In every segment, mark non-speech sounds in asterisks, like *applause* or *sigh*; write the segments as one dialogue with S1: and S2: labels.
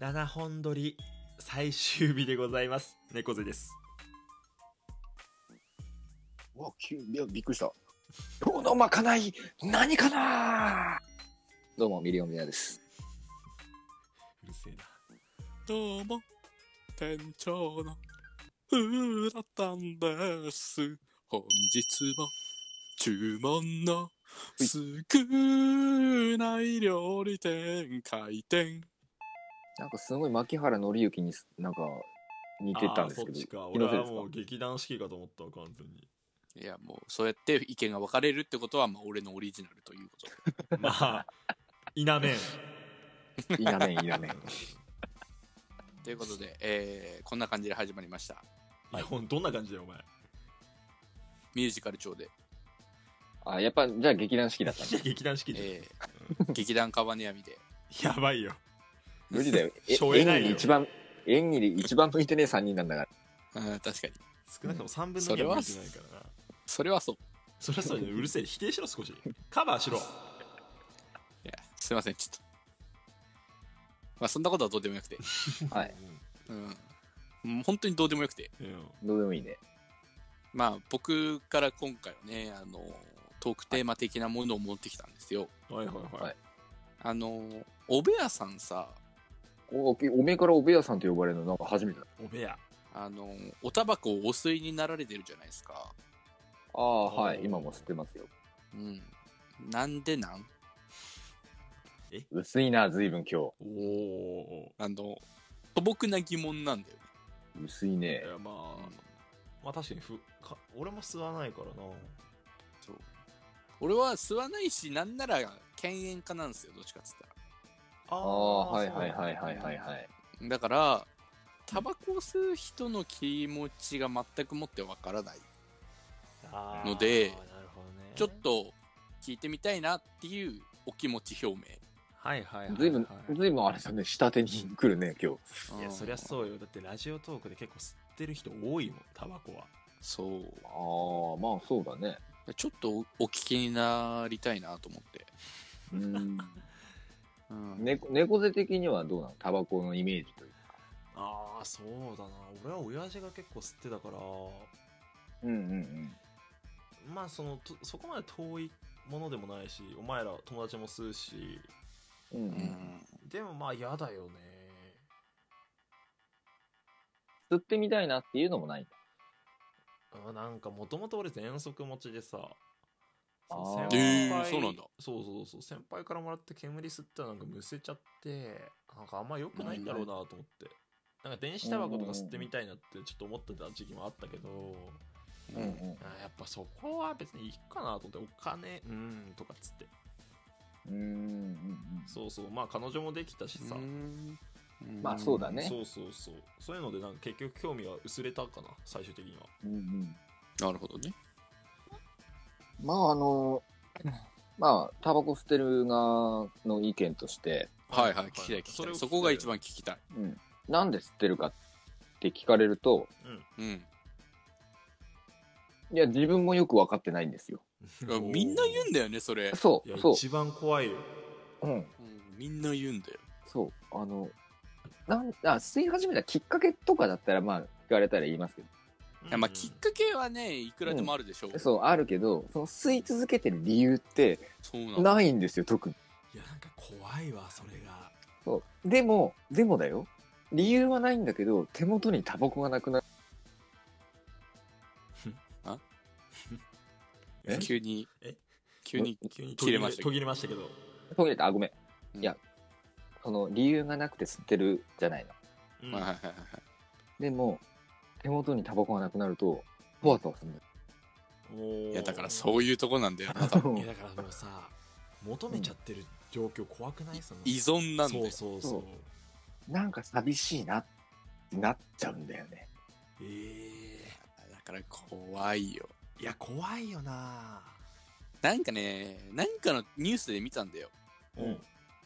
S1: 7本撮り最終日でございます。猫背です。
S2: うわ、急にいやびっくりした。今日のまかない、何かなどうも、ミリオンミナです。
S1: うるせえな。
S3: どうも、店長のふうだったんです。本日も注文の少ない料理店開店。
S2: なんかすごい牧原紀之にす、なんか、似てたんですけ
S1: あーそっちか。
S2: ど、気
S1: 俺
S2: のせい
S1: は
S2: ですか
S1: もう劇団四季かと思った、完全に。
S3: いや、もうそうやって意見が分かれるってことは、まあ俺のオリジナルということ。
S1: まあ、否めん。
S2: いらねえ、いらね
S1: *laughs*
S3: ということで、えーこんな感じで始まりました。
S1: いや、ほんどんな感じだよ、お前。
S3: ミュージカル調で、
S2: え。あ、やっぱ、じゃあ劇団四季
S1: *laughs*
S2: だったん
S1: いや劇団四季で。
S3: え *laughs* ー劇団カバネアミで、
S1: やばいよ。
S2: 無理だよ。え
S1: しょえない
S2: 演
S1: よ
S2: 技一番、演技で一番向いてねえ3人なんだから。
S3: うん、確かに。
S1: 少なくとも3分の
S3: それ
S1: 2
S3: は
S1: は見てないからな。
S3: それはそう。
S1: そりゃそうだよ、うるせえ。否定しろ、少し。カバーしろ。
S3: いや、すいません、ちょっと。まあそんなことはどうでもよくて。
S2: *laughs* はい。
S3: うんうん、本当にどうでもよくて。
S1: うんうん
S2: どうでもいいね。
S3: まあ、僕から今回はね、あの、トークテーマ的なものを持ってきたんですよ。
S1: はいはい
S2: は
S1: はいい。
S3: あの、おべやさんさ、
S2: お、おおめえからおべやさんと呼ばれるの、なんか初めてだ。
S1: お部屋。
S3: あの、おタバコをお吸いになられてるじゃないですか。
S2: ああ、は
S1: お
S2: い。
S1: ー
S2: 今も吸ってますよ。
S3: うん。なんでなん
S2: 薄いな、随分今
S1: おお
S3: あの、素朴な疑問なんだよね。
S2: 日。薄いね
S1: ー。い。や、まあ、まあ確かにふか、俺も吸わないからな。
S3: そう。俺は吸わないし、なんなら犬猿家なんですよ、どっちかっつったら。
S1: あー
S2: ああ、はい
S1: そう
S2: はいはいはいはいはい。
S3: だから、タバコを吸う人の気持ちが全くもってわからない。
S1: あー
S3: ので
S1: なるほどね
S3: ちょっと聞いてみたいなっていうお気持ち表明。
S1: はいはいはいはい
S2: ずいぶん、ずいぶんあれだね、下手に来るね、今日。
S1: いやそりゃそうよだってラジオトークで結構吸ってる人多いもんタバコは
S3: そう。
S2: ああ、まあそうだね。
S3: ちょっとお聞きになりたいなと思って。
S2: うん。
S3: うん
S2: ね猫背的にはどうなのタバコのイメージというか。
S1: ああそうだな俺は親父が結構吸ってたから
S2: うんうんうん。
S1: まあそのとそこまで遠いものでもないしお前ら友達も吸うし
S2: うん
S3: う
S2: うん、
S3: ん
S1: でもまあ嫌だよね
S2: 吸ってみたいなっていうのもない。
S1: あなんかもともと俺喘息持ちでさ
S2: あー
S1: その
S3: えーそうなんだ
S1: そうそうそう先輩からもらって煙吸ったらなんかむせちゃってなんかあんま良くないんだろうなと思ってなんか電子タバコとか吸ってみたいなってちょっと思ってた時期もあったけど
S3: うん
S1: あーやっぱそこは別にいいかなと思ってお金うんとかっつって
S2: うん。うんうん
S1: そうそうまあ彼女もできたしさ
S3: うん
S2: うん。まあそうだ。ね。
S1: そうそうそうそういうのでなんか結局興味は薄れたかな最終的には
S2: うんうん。
S3: なるほどね。
S2: まああの、 *laughs* まあ、タバコ吸ってる側の意見として、
S3: はいはい、聞きたい聞き
S1: そ
S3: た
S1: れを
S3: い。
S1: 聞き
S3: そこが一番聞きたい。
S2: うん。なんで吸ってるかって聞かれると、
S3: うん。
S2: いや、自分もよく分かってないんですよ。
S3: みんな言うんだよね、それ。
S2: そ
S1: いや
S2: う、そう。
S1: 一番怖いよ
S2: うん。
S3: うんみんな言うんだよ。
S2: そう、あの、なんあ吸い始めたきっかけとかだったら、まあ、聞かれたら言いますけ
S3: いやまあ、きっかけはね、いくらでもあるでしょう。
S2: ど、そう、あるけど、その吸い続けてる理由って
S3: そうなんだ。
S2: ないんですよ、特に。
S1: いやなんか怖いわそれが
S2: そう。でも、でもだよ。理由はないんだけど、手元にタバコがなくなる。え
S3: 急に
S1: え、
S3: 急に、
S1: 急
S3: 切れましたけど
S1: 途切れましたけど
S2: 途切れた、あ、ごめん。
S3: うん
S2: いやその、理由がなくて吸ってるじゃないの。
S1: うん
S3: はいはいはいはい
S2: でも、手元にタバコがなくなると、ポワポワするんだよ。
S1: おー
S3: いや、だからそういうとこなんだよな。
S1: いやだからもうさ求めちゃってる状況怖くないその
S3: 依存なんだよ。
S1: そうそう
S2: そ
S1: そうう
S2: なんか寂しいなってなっちゃうんだよね。
S1: ええ
S3: だから怖いよ。
S1: ー、いや怖いよな
S3: なんかね、なんかのニュースで見たんだよ。
S1: うん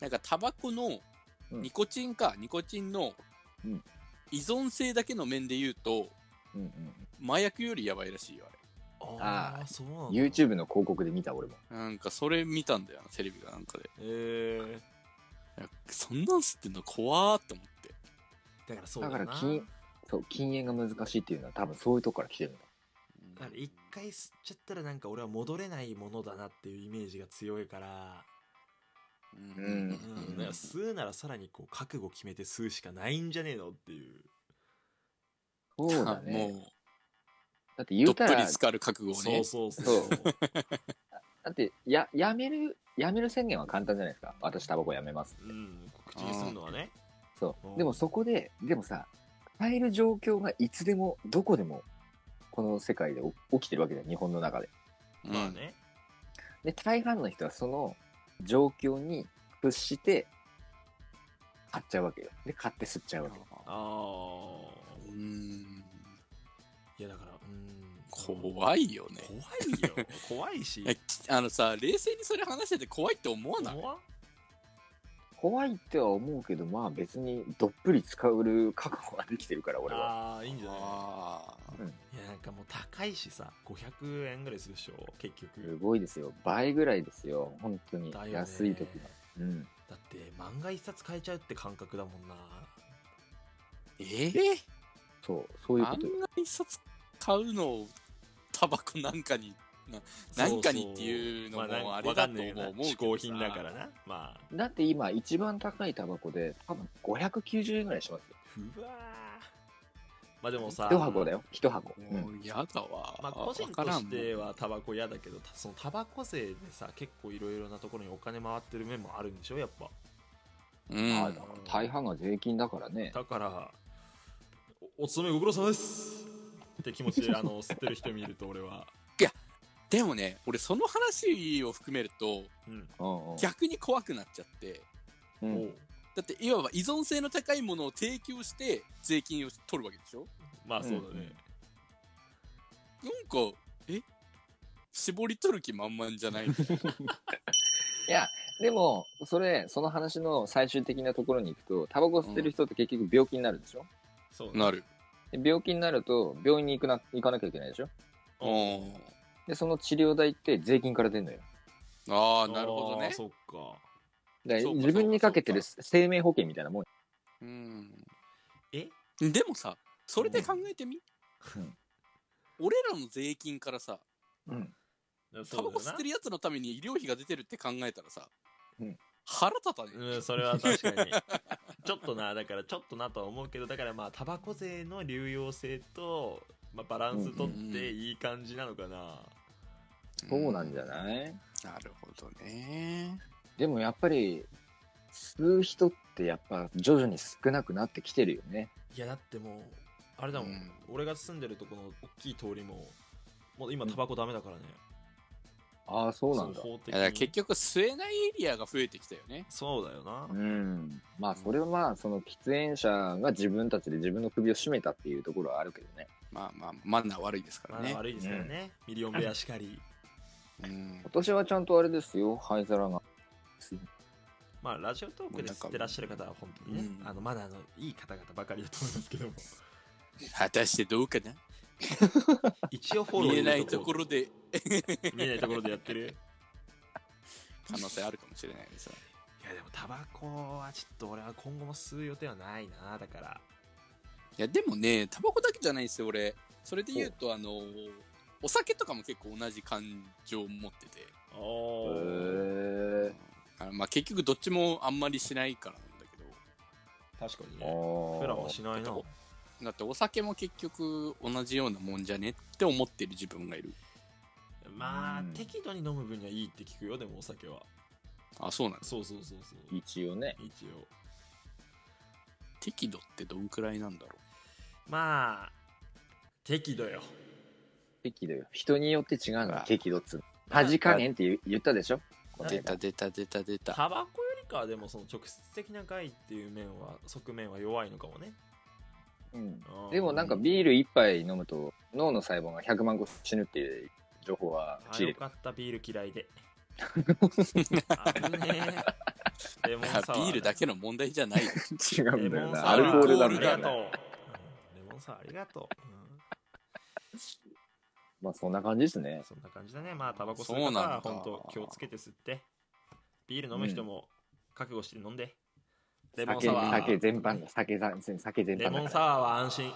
S3: なんかタバコの
S2: うん
S3: ニコチンか、ニコチンの
S2: うん
S3: 依存性だけの面で言うと、
S2: うん
S3: 麻薬よりやばいらしいよ、
S1: ああそうな
S2: うんん。
S1: だ
S2: YouTube の広告で見た、俺も。
S3: あれ。なんかそれ見たんだよな、テレビかなんかで。
S1: ええ
S3: いやそんなん吸ってんの怖ーって思って。
S1: だからそうだ
S2: だ
S1: よ
S2: か
S1: な
S2: ら禁そう禁煙が難しいっていうのは多分そういうとこから来てるんだ
S1: だから一回吸っちゃったらなんか俺は戻れないものだなっていうイメージが強いから、
S3: うん
S2: うん
S1: うん、だから吸うならさらにこう覚悟決めて吸うしかないんじゃねえのっていう。
S2: そうだ *laughs* ね
S3: も
S2: だって
S3: う
S2: 言
S3: どっ
S2: うた
S3: ぷ
S2: ら
S3: り浸かる覚悟を
S1: そ
S3: ね
S1: うそうそう。
S2: *laughs* だってややめるやめる宣言は簡単じゃないですか私タバコやめます
S1: うん、口にするのはね。
S2: そううんでもそこででもさ変える状況がいつでもどこでもこの世界で起きてるわけだよ日本の中で
S3: うん
S1: まあね。
S2: で大半の人はその状況に屈して買っちゃうわけよで買って吸っちゃうわけよ
S1: ああ。
S3: うん
S1: いやだから、うん。
S3: 怖いよね
S1: 怖いよ。怖いし。
S3: *laughs* えあのさ冷静にそれ話してて怖いって思わない
S1: 怖っ
S2: 怖いっては思うけどまあ別にどっぷり使う覚悟ができてるから俺は
S1: ああ、いいんじゃない
S3: あ
S1: いやなんかもう高いしさ、500円ぐらいするでしょ、結
S2: す
S1: 局。
S2: ごいですよ倍ぐらいですよ本当に
S1: だよね
S2: 安い時がうん
S1: だって漫画一冊買えちゃうって感覚だもんな。
S3: ーえ
S2: そうそういう
S3: あ
S2: こ
S3: ん
S2: とよ
S3: な一冊買うのをタバコなんかにな何かにっていうの
S1: そうそう
S3: も
S1: ま
S3: あ
S1: あ
S3: れ
S1: わ
S3: だ
S1: か
S3: と
S1: んない
S3: も
S1: よな
S3: 思う
S1: 嗜
S3: け
S1: 好
S3: ど
S1: 品だからな。まあ、
S2: だって今一番高いタバコで多分590円ぐらいしますよ
S1: うわーまあでもさ、
S2: 一箱だよ一箱、う
S3: も
S2: ん、
S3: う嫌だわ、
S1: まあ、個人
S3: わ
S1: と
S3: からん
S1: し
S3: もん
S1: てはタバコ嫌だけど、たそのタバコ税でさ、結構いろいろなところにお金回ってる面もあるんでしょ、やっぱ。
S3: うん
S2: あだから大半が税金だからね
S1: だから、おお勤めご苦労様ですって気持
S3: *laughs*
S1: ちで、あの、吸ってる人見ると俺は。
S3: でもね俺その話を含めると
S1: うん。
S2: うんうん
S3: 逆に怖くなっちゃって
S2: うん
S1: おう
S3: だっていわば依存性の高いものを提供して税金を取るわけでしょ
S1: まあそうだね。
S3: なんかえ絞り取る気満々じ
S1: *laughs*
S3: ゃないの
S2: いや、でも、それ、その話の最終的なところに行くと、タバコ吸ってる人って結局病気になるでしょ、
S1: そうだね
S3: なる
S2: で病気になると、病院に行くな、行かなきゃいけないでしょ
S3: うん
S2: で、その治療代って税金から出るのよ。
S3: ああなるほど
S1: あ
S3: ね
S1: ーそっか。
S2: だから
S3: そうか
S2: 自分にかけてる
S3: そ
S2: 生命保険みたいなもん。
S3: うん
S1: え
S3: でもさそれで考えてみ、
S2: うん
S3: 俺らの税金からさ
S2: うん。
S1: そ
S3: タバ
S1: う
S3: コ
S1: だ
S3: 吸
S1: よ
S3: ってるやつのために医療費が出てるって考えたらさ、
S2: うん
S3: 腹立たね
S1: な。うん、それは確かに。ちょっとな、だからちょっとなとは思うけど、だからまあ、タバコ税の流用性と、まあ、バランスとっていい感じなのかな。
S2: そうなんじゃ
S3: い
S2: ない、
S3: なるほどね
S2: でもやっぱり、吸う人ってやっぱ徐々に少なくなってきてるよね。
S1: いや、だってもう、あれだもん,、
S3: うん
S1: 俺が住んでるとこの大きい通りも、もう今タバコダメだからね。
S2: ああ、そうなんだ
S1: そ。法的
S3: い
S1: に
S3: やだから結局吸えないエリアが増えてきたよね
S1: そうだよな。
S2: うん。まあ、それはまあ、その喫煙者が自分たちで自分の首を絞めたっていうところはあるけどね。
S3: まあまあマナー悪いですから
S1: ま
S3: ね
S1: だ悪いですからね。ミリオンベアしかり。
S3: うん
S2: 今年はちゃんとあれですよ、灰皿が。
S1: まあ、ラジオトークで吸ってらっしゃる方は本当にね、
S3: うん
S1: あのマナーのいい方々ばかりだと思いますけども、
S3: 果たしてどうかな
S1: 一応フォロー
S3: 見
S1: 入
S3: え
S1: れ
S3: ない
S1: お
S3: と
S1: こう
S3: ころで
S1: 見えないところでやってる
S3: 可能性あるかもしれないですよ
S1: いやでもタバコはちょっと俺は今後も吸う予定はないなだから
S3: いやでもねタバコだけじゃないんですよ俺それで言うとあのお酒とかも結構同じ感情を持ってて
S1: お
S2: へ
S3: あのまあ結局どっちもあんまりしないからなんだけど
S1: 確かに
S2: え。
S1: ねフェラはしないな
S3: だだってお酒も結局同じようなもんじゃねって思ってる自分がいる
S1: まあ
S2: うん
S1: 適度に飲む分にはいいって聞くよでもお酒は
S3: あそうなんです
S1: そうそうそうそう
S2: 一応ね。
S1: 一応
S3: 適度ってどんくらいなんだろ
S1: まあ適度よ
S2: 適度よ。人によって違うの
S3: あ
S2: が適度っつうの。恥加減って言う言ったでしょ
S3: う
S1: な
S3: 出た出た出た出た
S1: タバコよりかはでもその直接的な害っていう面は側面は弱いのかもね
S2: うん。
S1: う
S2: でもなんかビール一杯飲むと脳の細胞が100万個死ぬっていう情報は
S1: あ
S2: 仕
S1: よ
S2: 入れてる
S1: かったビール嫌いで危ねえレモン
S3: あ
S1: サワー
S3: ビールだけの問題じゃない
S2: 違うんだ
S1: レ
S2: よ
S1: モンサ
S2: な。
S1: ワー
S2: アルコールなん
S1: ありがと
S2: だ
S1: ううんレ
S2: よね。
S1: モンサワーありがとう、うん
S2: まあそんな感じですね。
S1: そんな感じだね。まあ、タバコ吸
S3: そうう
S1: 方
S3: な
S1: は
S3: んだ
S1: 本当気をつけて吸って、ビール飲む人も覚悟して飲んで、レモン
S2: 酒、
S1: サワー
S2: 酒全般だ。酒全般、酒全般
S1: レ
S2: だから。
S1: モンサワーは安心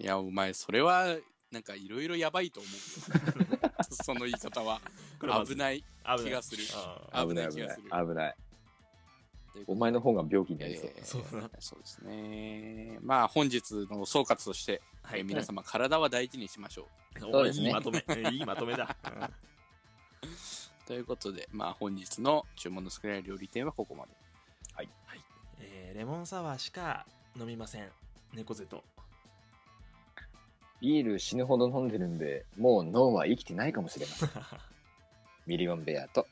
S3: いや、お前、それは、なんかいろいろやばいと思うよ。その言い方は。
S1: これまず
S3: 危ない
S1: 危
S3: 気
S1: ない
S3: がする。
S1: あ
S2: 危ない
S3: 危
S2: 危
S3: な
S2: な
S3: い気が
S2: い
S3: する
S2: 危ないお前の方が病気になりそう、
S3: えー
S1: そうだな
S3: そうですね。まあ、本日の総括として、
S1: ーは
S3: え
S1: い
S3: ー皆様、体は大事にしましょう。
S1: お
S2: そう
S1: 前
S2: です
S1: い
S2: ね
S1: いまとめ
S2: *laughs*
S1: いいまとめだうん
S3: ということで、まあ、本日の注文の少ない料理店はここまで。
S1: えーレモンサワーしか飲みません猫背
S2: *laughs*
S1: と
S2: ビール死ぬほど飲んでるんでもう脳は生きてないかもしれませんミリオンベアと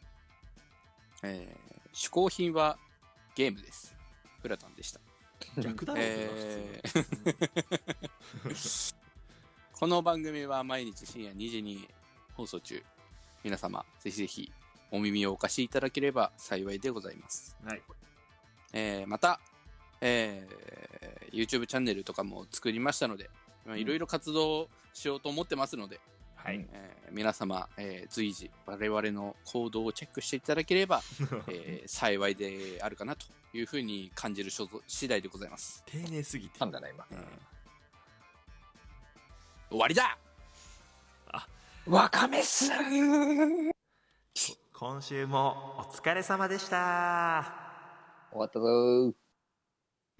S3: えー、嗜好品はゲームです。プラタンでした。
S1: 逆だろ
S3: え
S1: 普通
S2: *laughs*
S3: この番組は毎日深夜2時に放送中。皆様、ぜひぜひお耳をお貸しいただければ幸いでございます。
S1: うんはい
S3: えーまた、えー YouTube チャンネルとかも作りましたので、まあいろいろ活動しようと思ってますので、
S1: は
S2: う
S1: い
S2: ん
S3: えー皆様、えー随時我々の行動をチェックしていただければ、えー幸いであるかなというふうに感じる所存次第でございます。
S1: 丁寧すぎて
S2: パンだな今
S3: えー終わりだ
S2: わかめっす終
S1: 今週もお疲れ様でした
S2: わったぞ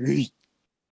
S2: ーうい